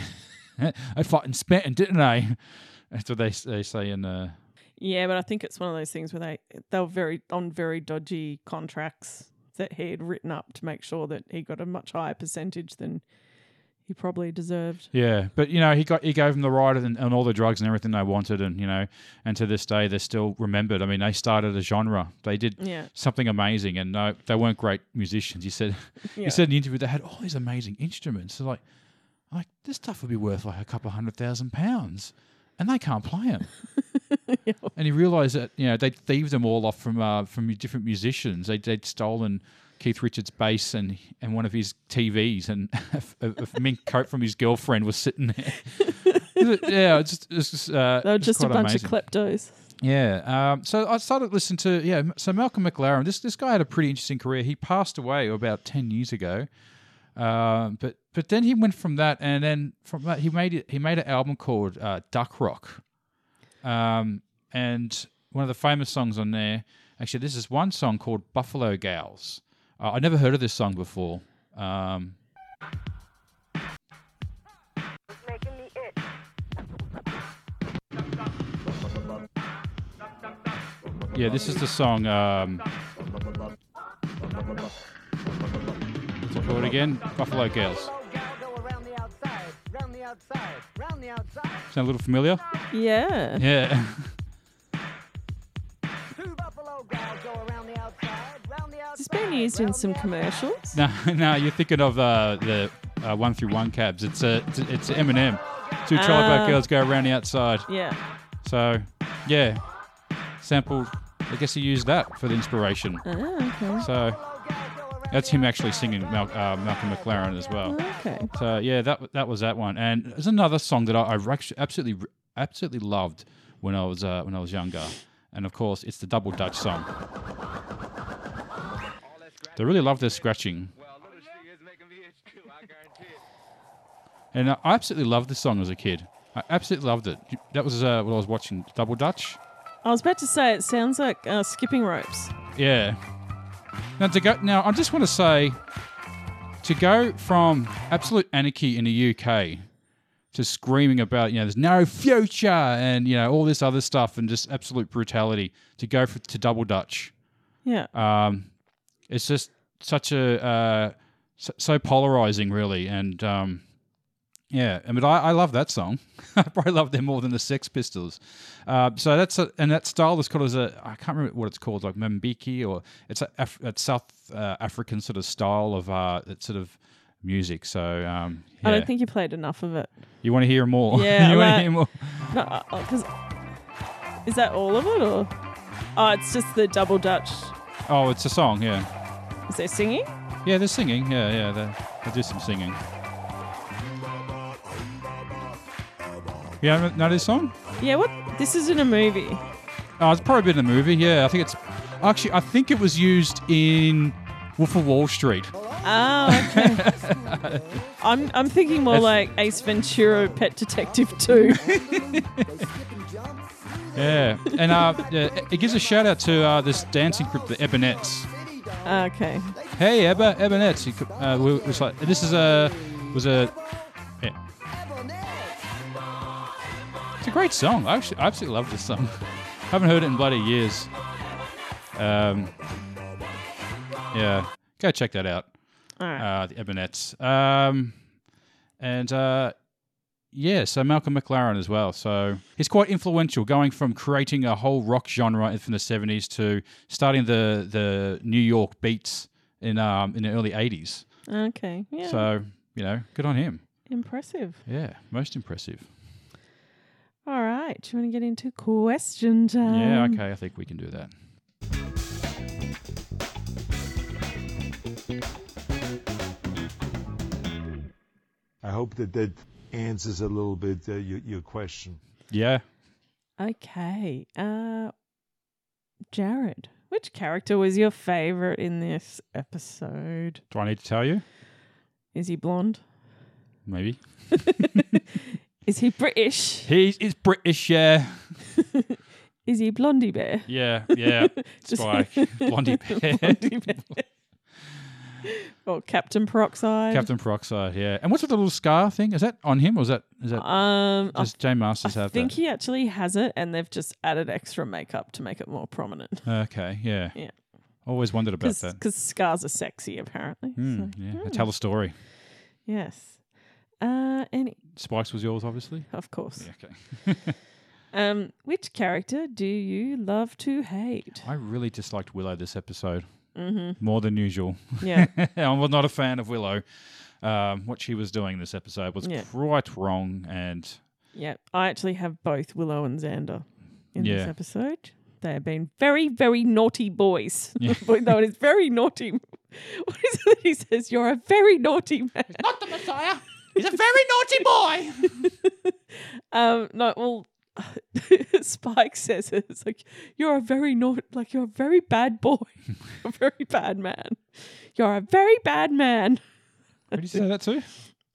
Speaker 1: they fucking spent it, didn't they? That's what they they say in the.
Speaker 2: yeah, but I think it's one of those things where they they were very on very dodgy contracts that he had written up to make sure that he got a much higher percentage than he probably deserved.
Speaker 1: Yeah, but you know he got he gave them the ride and, and all the drugs and everything they wanted, and you know, and to this day they're still remembered. I mean, they started a genre. They did
Speaker 2: Yeah.
Speaker 1: something amazing, and no, they weren't great musicians. He said
Speaker 2: yeah.
Speaker 1: he said in the interview they had all these amazing instruments. So like, like this stuff would be worth like a couple hundred thousand pounds, and they can't play them.
Speaker 2: Yeah.
Speaker 1: and he realized that you know they'd thieved them all off from uh, from different musicians. They'd, they'd stolen Keith Richards' bass and and one of his TVs, and a, a- a mink coat from his girlfriend was sitting there. yeah, it's just, it's just, uh,
Speaker 2: They were
Speaker 1: it's
Speaker 2: just a
Speaker 1: quite
Speaker 2: bunch
Speaker 1: amazing.
Speaker 2: of kleptos.
Speaker 1: Yeah. Um, so I started listening to yeah. So Malcolm McLaren, this this guy had a pretty interesting career. He passed away about ten years ago, um, but but then he went from that, and then from that he made it, he made an album called uh, Duck Rock, um, and one of the famous songs on there. Actually, this is one song called Buffalo Gals. Uh, I never heard of this song before. Um,
Speaker 3: making me itch.
Speaker 1: yeah, this is the song. Um, what's it called again? Buffalo Gals.
Speaker 3: Hello, gal, go around the outside, round the outside, round the outside.
Speaker 1: Sound a little familiar?
Speaker 2: Yeah.
Speaker 1: Yeah.
Speaker 3: Two buffalo gals go around the outside, round the outside.
Speaker 2: It's been used in
Speaker 3: round
Speaker 2: some
Speaker 3: the outside.
Speaker 2: commercials.
Speaker 1: No, no, you're thinking of uh, the uh, one through one cabs. It's a, it's, it's Eminem. Two
Speaker 2: Ah.
Speaker 1: trolley girls go around the outside.
Speaker 2: Yeah.
Speaker 1: So, yeah, sampled. I guess he used that for the inspiration.
Speaker 2: Ah,
Speaker 1: So that's him actually singing Mal- uh, Malcolm McLaren as well.
Speaker 2: okay. Okay.
Speaker 1: So uh, yeah, that w- that was that one. And there's another song that I, I actu- absolutely absolutely loved when I was uh, when I was younger. And of course, it's the Double Dutch song. They really love their scratching. And I absolutely loved this song as a kid. I absolutely loved it. That was uh, what I was watching Double Dutch.
Speaker 2: I was about to say it sounds like uh, skipping ropes.
Speaker 1: Yeah. Now to go now I just want to say to go from absolute anarchy in the UK to screaming about, you know, there's no future and you know, all this other stuff and just absolute brutality to go for, to double dutch.
Speaker 2: Yeah.
Speaker 1: Um it's just such a uh so, so polarizing really and um yeah, I mean, I, I love that song. I probably love them more than the Sex Pistols. Uh, so that's a, and that style is called as a I can't remember what it's called, like Mbeki or it's a, Af- it's South uh, African sort of style of uh, that sort of music. So um, yeah.
Speaker 2: I don't think you played enough of it.
Speaker 1: you want to hear more.
Speaker 2: Yeah,
Speaker 1: you want
Speaker 2: like-
Speaker 1: to hear more.
Speaker 2: No, because is that all of it or? Oh, it's just the double Dutch.
Speaker 1: Oh, it's a song. Yeah,
Speaker 2: Is there singing?
Speaker 1: yeah, they're singing. Yeah, yeah, they they do some singing. You haven't know this song?
Speaker 2: Yeah. What? This isn't a movie.
Speaker 1: Oh, it's probably been in a movie. Yeah, I think it's actually. I think it was used in Wolf of Wall Street.
Speaker 2: Ah, okay. I'm, I'm thinking more like Ace Ventura, Pet Detective 2.
Speaker 1: Yeah, and uh, yeah, it gives a shout out to uh, this dancing group, the Ebenettes.
Speaker 2: Ah, okay.
Speaker 1: Hey, Ebba, Ebenettes. You could- Uh, we, it's like this is a was a. Yeah. It's a great song. I actually, I absolutely love this song. Haven't heard it in bloody years. Um, yeah, go check that out.
Speaker 2: All right.
Speaker 1: uh, the Ebenettes. Um, and uh, yeah, so Malcolm McLaren as well. So he's quite influential, going from creating a whole rock genre from the seventies to starting the the New York beats in um, in the early eighties.
Speaker 2: okay. Yeah.
Speaker 1: Ah. So you know, good on him.
Speaker 2: Impressive.
Speaker 1: Yeah, most impressive.
Speaker 2: All right. Do you want to get into question time?
Speaker 1: yeah, okay, I think we can do that.
Speaker 4: I hope that that answers a little bit uh, your, your question.
Speaker 1: Yeah.
Speaker 2: Okay. Uh, Jared, which character was your favorite in this episode?
Speaker 1: Do I need to tell you?
Speaker 2: Is he blonde?
Speaker 1: Maybe
Speaker 2: Is he British?
Speaker 1: he is British. Yeah,
Speaker 2: Is he Blondie Bear?
Speaker 1: yeah, yeah. Spike, Blondie Bear.
Speaker 2: Blondie Bear. or Captain Peroxide?
Speaker 1: Captain Peroxide, yeah. And what's with the little scar thing? Is that on him or is that is that
Speaker 2: Um, I
Speaker 1: does Jane Masters
Speaker 2: I
Speaker 1: have
Speaker 2: think
Speaker 1: that?
Speaker 2: he actually has it, and they've just added extra makeup to make it more prominent.
Speaker 1: okay, yeah.
Speaker 2: Yeah.
Speaker 1: Always wondered about that.
Speaker 2: Because scars are sexy, apparently.
Speaker 1: Hmm,
Speaker 2: So,
Speaker 1: yeah. They tell a story.
Speaker 2: yes. Uh, and
Speaker 1: Spikes was yours, obviously.
Speaker 2: of course.
Speaker 1: Yeah, okay.
Speaker 2: Um, which character do you love to hate?
Speaker 1: I really disliked Willow this episode. Mm-hmm. More than usual.
Speaker 2: Yeah.
Speaker 1: I was not a fan of Willow. Um, what she was doing this episode was
Speaker 2: Yeah.
Speaker 1: quite wrong and
Speaker 2: yeah. I actually have both Willow and Xander in this
Speaker 1: Yeah.
Speaker 2: episode. They have been very, very naughty boys. Though it is very naughty. What is it that he says? You're a very naughty man.
Speaker 1: He's a very naughty boy.
Speaker 2: Um, no, well, Spike says it. It's like you're a very not like you're a very bad boy, a very bad man. You're a very bad man.
Speaker 1: Who did you say that to?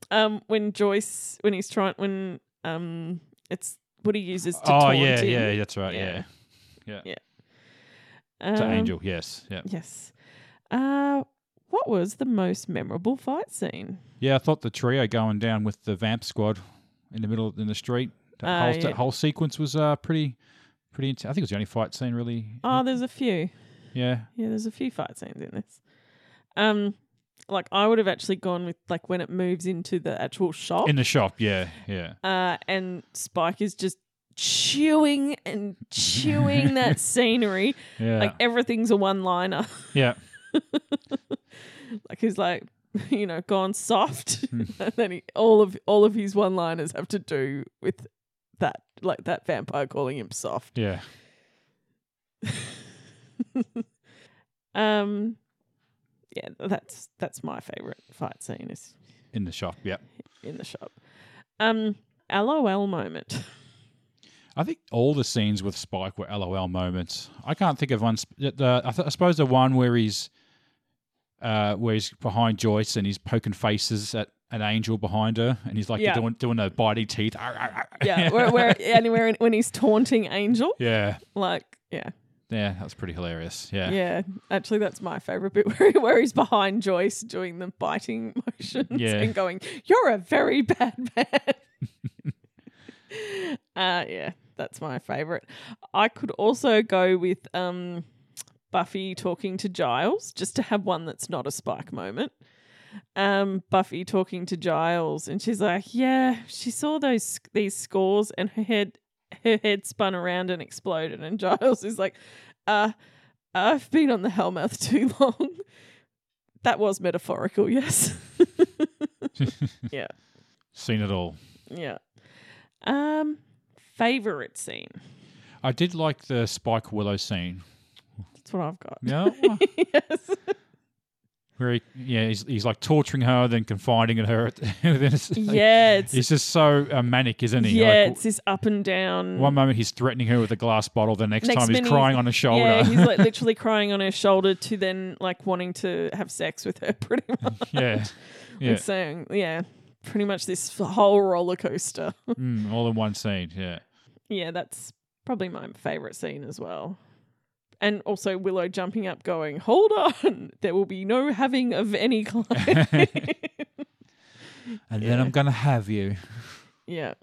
Speaker 2: Um, when Joyce, when he's trying, when um, it's what he uses to
Speaker 1: Oh,
Speaker 2: taunt
Speaker 1: yeah,
Speaker 2: him.
Speaker 1: yeah, that's right. Yeah.
Speaker 2: Yeah.
Speaker 1: Yeah.
Speaker 2: Um,
Speaker 1: To Angel, yes. Yeah.
Speaker 2: Yes. Uh, what was the most memorable fight scene?
Speaker 1: Yeah, I thought the trio going down with the vamp squad in the middle in the street. That,
Speaker 2: Oh,
Speaker 1: whole,
Speaker 2: yeah.
Speaker 1: that whole sequence was uh, pretty, pretty. Int- I think it was the only fight scene really.
Speaker 2: Oh, there's a few.
Speaker 1: yeah,
Speaker 2: Yeah, there's a few fight scenes in this. Um, like I would have actually gone with like when it moves into the actual shop,
Speaker 1: in the shop. Yeah, yeah.
Speaker 2: uh, and Spike is just chewing and chewing that scenery.
Speaker 1: Yeah.
Speaker 2: Like everything's a one liner.
Speaker 1: yeah.
Speaker 2: like he's like, you know, gone soft, and then he, all of all of his one liners have to do with that, like that vampire calling him soft.
Speaker 1: Yeah.
Speaker 2: Um, yeah, that's that's my favorite fight scene is
Speaker 1: In the shop. Yeah.
Speaker 2: in the shop. Um, LOL moment.
Speaker 1: I think all the scenes with Spike were LOL moments. I can't think of one. sp- The, the- I, th- I suppose the one where he's, uh, where he's behind Joyce and he's poking faces at an angel behind her, and he's like
Speaker 2: Yeah.
Speaker 1: doing doing the bitey teeth. Arr, arr, arr.
Speaker 2: Yeah, where where anywhere in, when he's taunting Angel,
Speaker 1: yeah,
Speaker 2: like yeah,
Speaker 1: yeah. That was pretty hilarious. Yeah,
Speaker 2: yeah. Actually, that's my favorite bit where he- where he's behind Joyce doing the biting motions
Speaker 1: Yeah.
Speaker 2: and going, "You're a very bad man." uh yeah, that's my favorite. I could also go with um. Buffy talking to Giles, just to have one that's not a spike moment. Um, Buffy talking to Giles, and she's like, "Yeah, she saw those these scores, and her head her head spun around and exploded." And Giles is like, "Uh, I've been on the Hellmouth too long." That was metaphorical, yes. yeah,
Speaker 1: seen it all.
Speaker 2: yeah. Um, favorite scene.
Speaker 1: I did like the Spike Willow scene.
Speaker 2: That's what I've got.
Speaker 1: Yeah,
Speaker 2: yes.
Speaker 1: where he, yeah, he's, he's like torturing her, then confiding in her. then it's like-
Speaker 2: Yeah, it's
Speaker 1: he's just so uh, manic, isn't he?
Speaker 2: yeah,
Speaker 1: Like,
Speaker 2: it's this up and down.
Speaker 1: One moment he's threatening her with a glass bottle, the next,
Speaker 2: Next
Speaker 1: time he's
Speaker 2: minute
Speaker 1: crying
Speaker 2: he's-
Speaker 1: on her shoulder.
Speaker 2: Yeah, he's like literally crying on her shoulder to then like wanting to have sex with her pretty much.
Speaker 1: yeah, yeah,
Speaker 2: It's saying, yeah, pretty much this whole roller coaster.
Speaker 1: mm, all in one scene. Yeah,
Speaker 2: yeah, that's probably my favorite scene as well. And also Willow jumping up going, "Hold on, there will be no having of any kind."
Speaker 1: and then I'm gonna have you.
Speaker 2: yeah.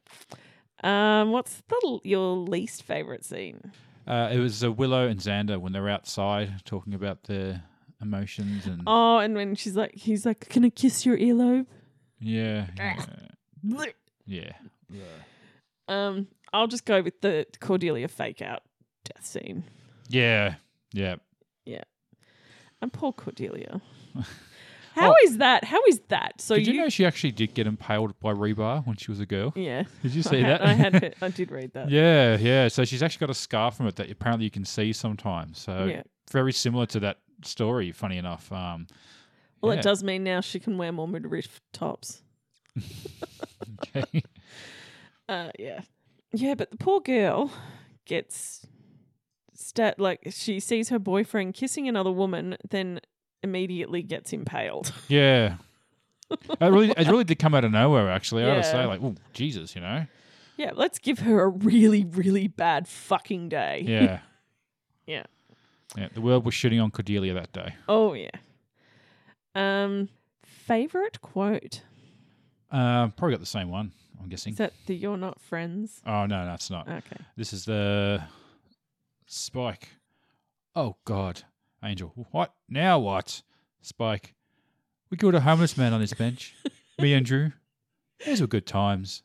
Speaker 2: Um, what's the your least favorite scene?
Speaker 1: Uh, it was uh, Willow and Xander when they're outside talking about their emotions and
Speaker 2: Oh, and when she's like, he's like, "Can I kiss your earlobe?"
Speaker 1: yeah, yeah, yeah.
Speaker 2: Um, I'll just go with the Cordelia fake out death scene.
Speaker 1: yeah, yeah.
Speaker 2: And poor Cordelia. How is
Speaker 1: Oh.
Speaker 2: that? How is that? So
Speaker 1: Did you, know she actually did get impaled by rebar when she was a girl?
Speaker 2: Yeah.
Speaker 1: Did you
Speaker 2: I
Speaker 1: see
Speaker 2: had-
Speaker 1: that?
Speaker 2: I had. It. I did read that.
Speaker 1: Yeah, yeah. So she's actually got a scar from it that apparently you can see sometimes. So
Speaker 2: Yeah.
Speaker 1: very similar to that story. Funny enough. Um,
Speaker 2: Well,
Speaker 1: yeah.
Speaker 2: it does mean now she can wear more midriff tops.
Speaker 1: Okay.
Speaker 2: Uh, yeah, yeah. But the poor girl gets stat like she sees her boyfriend kissing another woman, then immediately gets impaled.
Speaker 1: yeah. It really, it really did come out of nowhere. Actually, I gotta say,
Speaker 2: Yeah.
Speaker 1: like, oh Jesus, you know.
Speaker 2: yeah, let's give her a really, really bad fucking day.
Speaker 1: Yeah.
Speaker 2: Yeah.
Speaker 1: Yeah. The world was shitting on Cordelia that day.
Speaker 2: Oh yeah. Um, favorite quote
Speaker 1: Um, probably got the same one. I'm guessing.
Speaker 2: is that the "You're not friends."
Speaker 1: oh no, no, it's not.
Speaker 2: Okay.
Speaker 1: This is the Spike. Oh God, Angel. What now? What? Spike. We killed a homeless man on this bench. Me and Drew. These were good times.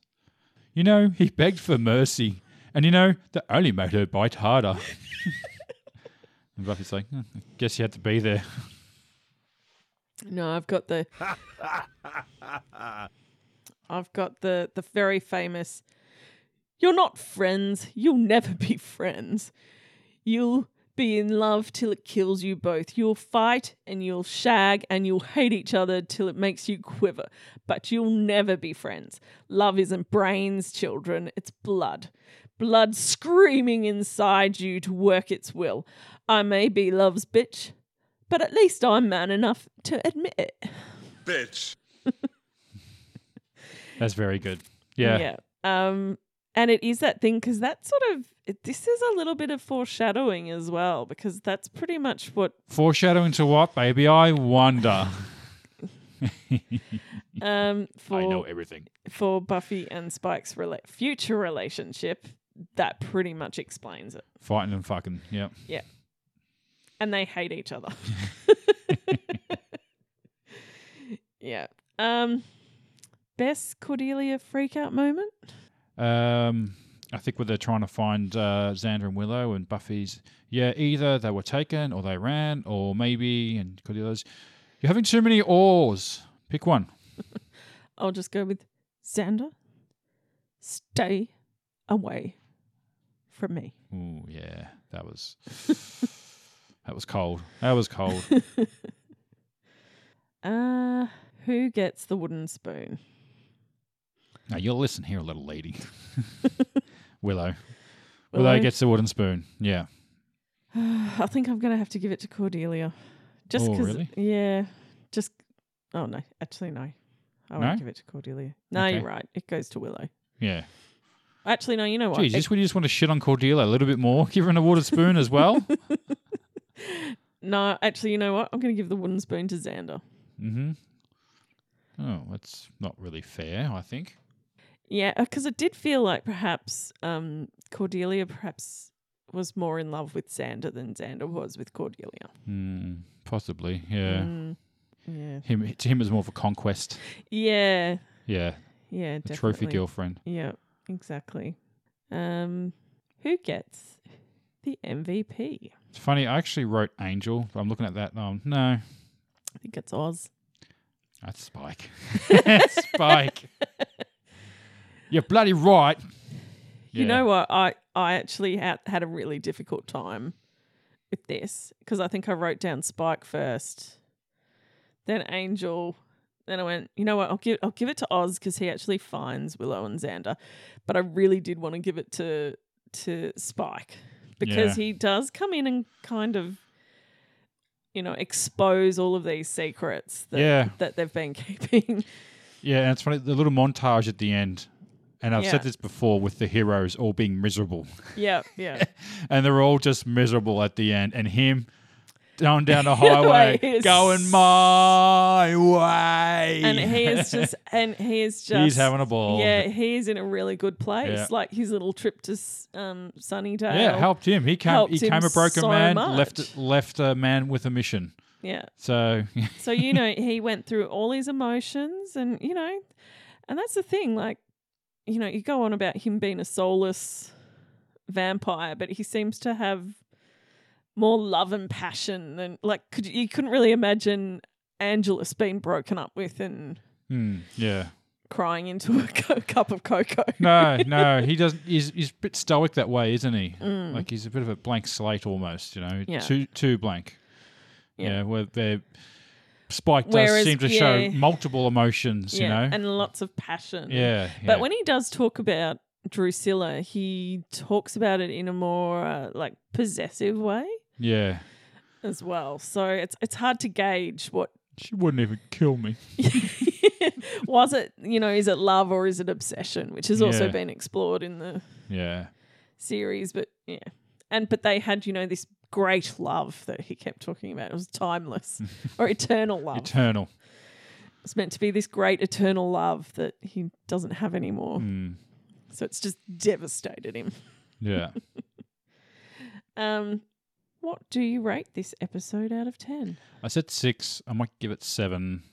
Speaker 1: You know, he begged for mercy, and you know that only made her bite harder. and Buffy's like, "Hmm, I guess you had to be there.
Speaker 2: No, I've got the. I've got the the very famous. You're not friends. You'll never be friends. You'll be in love till it kills you both. You'll fight and you'll shag and you'll hate each other till it makes you quiver. But you'll never be friends. Love isn't brains, children. It's blood. blood screaming inside you to work its will. I may be love's bitch, but at least I'm man enough to admit it.
Speaker 5: Bitch.
Speaker 1: That's very good. Yeah.
Speaker 2: Yeah. Um, and it is that thing because that sort of it- this is a little bit of foreshadowing as well because that's pretty much what
Speaker 1: Foreshadowing to what, baby? I wonder.
Speaker 2: um for
Speaker 1: I know everything.
Speaker 2: for Buffy and Spike's rela- future relationship. That pretty much explains it.
Speaker 1: Fighting and fucking. Yeah.
Speaker 2: and they hate each other. yeah. Um best Cordelia freak out moment?
Speaker 1: Um, I think where they're trying to find uh, Xander and Willow and Buffy's. Yeah, either they were taken or they ran or maybe and Cordelia's. You're having too many oars. Pick one.
Speaker 2: I'll just go with Xander. Stay away from me.
Speaker 1: Ooh, yeah, that was that was cold. That was cold.
Speaker 2: Uh who gets the wooden spoon?
Speaker 1: now you'll listen here, little lady. Willow. Willow.
Speaker 2: Willow?
Speaker 1: gets the wooden spoon. Yeah.
Speaker 2: I think I'm going to have to give it to Cordelia. Just
Speaker 1: Oh,
Speaker 2: cuz
Speaker 1: really?
Speaker 2: yeah, just Oh no, actually no. I won't
Speaker 1: No?
Speaker 2: give it to Cordelia. No,
Speaker 1: Okay.
Speaker 2: you're right. It goes to Willow.
Speaker 1: Yeah.
Speaker 2: Actually, no, you know what?
Speaker 1: Geez, just when you just want to shit on Cordelia a little bit more, give her an awarded spoon as well.
Speaker 2: No, actually, you know what? I'm going to give the wooden spoon to Xander.
Speaker 1: mm-hmm. Oh, that's not really fair, I think.
Speaker 2: Yeah, because it did feel like perhaps um, Cordelia perhaps was more in love with Xander than Xander was with Cordelia.
Speaker 1: Hmm, possibly, yeah.
Speaker 2: Mm. Yeah.
Speaker 1: Him to him is more of a conquest.
Speaker 2: Yeah.
Speaker 1: Yeah,
Speaker 2: Yeah.
Speaker 1: a
Speaker 2: Definitely.
Speaker 1: trophy girlfriend.
Speaker 2: Yeah. Exactly. Um, who gets the MVP?
Speaker 1: It's funny. I actually wrote Angel. But I'm looking at that. Um, no,
Speaker 2: I think it's Oz.
Speaker 1: that's Spike. Spike. You're bloody right.
Speaker 2: You know what? I I actually had had a really difficult time with this because I think I wrote down Spike first, then Angel, then I went. You know what? I'll give I'll give it to Oz because he actually finds Willow and Xander, but I really did want to give it to to Spike because
Speaker 1: Yeah.
Speaker 2: he does come in and kind of. You know, expose all of these secrets that,
Speaker 1: Yeah.
Speaker 2: that they've been keeping.
Speaker 1: Yeah, and it's funny. The little montage at the end, and I've said
Speaker 2: Yeah.
Speaker 1: this before with the heroes all being miserable,
Speaker 2: yeah, yeah.
Speaker 1: and they're all just miserable at the end, and him. Down down the highway,
Speaker 2: He is
Speaker 1: going my way,
Speaker 2: and he is just and he is just
Speaker 1: He's having a ball.
Speaker 2: Yeah, he is in a really good place.
Speaker 1: Yeah.
Speaker 2: Like his little trip to S- um, Sunnydale.
Speaker 1: Yeah, helped him. He came.
Speaker 2: helped
Speaker 1: He came
Speaker 2: him
Speaker 1: a broken
Speaker 2: so
Speaker 1: man.
Speaker 2: much.
Speaker 1: Left left a man with a mission.
Speaker 2: Yeah.
Speaker 1: So
Speaker 2: So you know he went through all his emotions, and you know, and that's the thing. Like, you know, you go on about him being a soulless vampire, but he seems to have more love and passion than like could you couldn't really imagine Angelus being broken up with and
Speaker 1: hmm, yeah,
Speaker 2: crying into a co- cup of cocoa.
Speaker 1: no, no, he doesn't. He's he's a bit stoic that way, isn't he? Like he's a bit of a blank slate almost. You know,
Speaker 2: Mm. Yeah.
Speaker 1: too too blank.
Speaker 2: Yeah.
Speaker 1: Yeah, where they Spike does
Speaker 2: Whereas-
Speaker 1: seem to
Speaker 2: yeah.
Speaker 1: show multiple emotions.
Speaker 2: yeah,
Speaker 1: You know,
Speaker 2: and lots of passion.
Speaker 1: yeah, yeah,
Speaker 2: But when he does talk about Drusilla, he talks about it in a more uh, like possessive way
Speaker 1: yeah,
Speaker 2: as well. So it's it's hard to gauge what
Speaker 1: she wouldn't even kill me.
Speaker 2: was it, you know, is it love or is it obsession, which has also
Speaker 1: Yeah.
Speaker 2: been explored in the
Speaker 1: Yeah,
Speaker 2: series, but yeah. And but they had, you know, this great love that he kept talking about. It was timeless or eternal love.
Speaker 1: eternal.
Speaker 2: it's meant to be this great eternal love that he doesn't have anymore.
Speaker 1: Mm,
Speaker 2: So it's just devastated him.
Speaker 1: yeah.
Speaker 2: Um, what do you rate this episode out of ten?
Speaker 1: I said six. I might give it seven.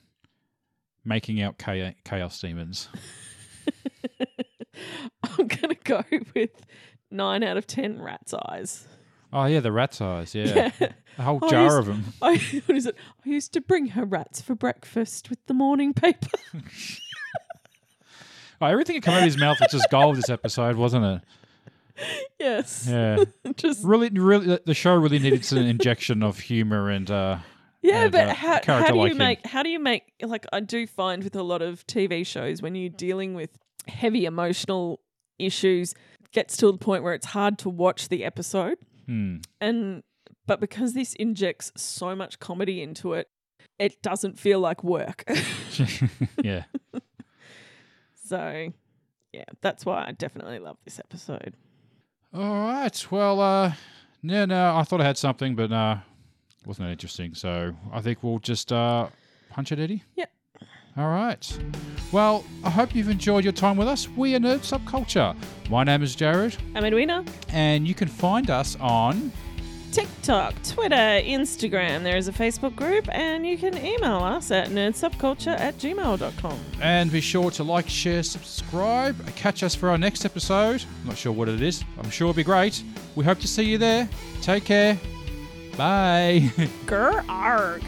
Speaker 1: Making out cha- chaos demons.
Speaker 2: I'm gonna go with nine out of ten. Rat's eyes.
Speaker 1: Oh yeah, the rat's eyes. Yeah,
Speaker 2: Yeah.
Speaker 1: the whole
Speaker 2: I
Speaker 1: jar
Speaker 2: used-
Speaker 1: of them.
Speaker 2: I what is it? I used to bring her rats for breakfast with the morning paper.
Speaker 1: Oh, everything that came out of his mouth was just gold this episode, wasn't it?
Speaker 2: yes.
Speaker 1: Yeah,
Speaker 2: Just
Speaker 1: really, really. the- The show really needed an injection of humor and uh,
Speaker 2: yeah,
Speaker 1: and,
Speaker 2: but
Speaker 1: uh,
Speaker 2: how,
Speaker 1: character
Speaker 2: how do you
Speaker 1: like him.
Speaker 2: make how do you make like I do find with a lot of TV shows when you're dealing with heavy emotional issues, gets to the point where it's hard to watch the episode.
Speaker 1: Hmm.
Speaker 2: And but because this injects so much comedy into it, it doesn't feel like work.
Speaker 1: yeah.
Speaker 2: so yeah, that's why I definitely love this episode.
Speaker 1: All right. Well, uh, no, no. I thought I had something, but uh, wasn't that interesting. So I think we'll just uh, punch it, Eddie.
Speaker 2: Yep.
Speaker 1: All right. Well, I hope you've enjoyed your time with us. We are Nerd Subculture. My name is Jared,
Speaker 2: I'm Edwina.
Speaker 1: and you can find us on.
Speaker 2: TikTok, Twitter, Instagram. There is a Facebook group, and you can email us at nerdsubculture at gmail.com.
Speaker 1: And be sure to like, share, subscribe. Catch us for our next episode. I'm not sure what it is. I'm sure it'll be great. We hope to see you there. Take care. Bye.
Speaker 2: Grr, arg.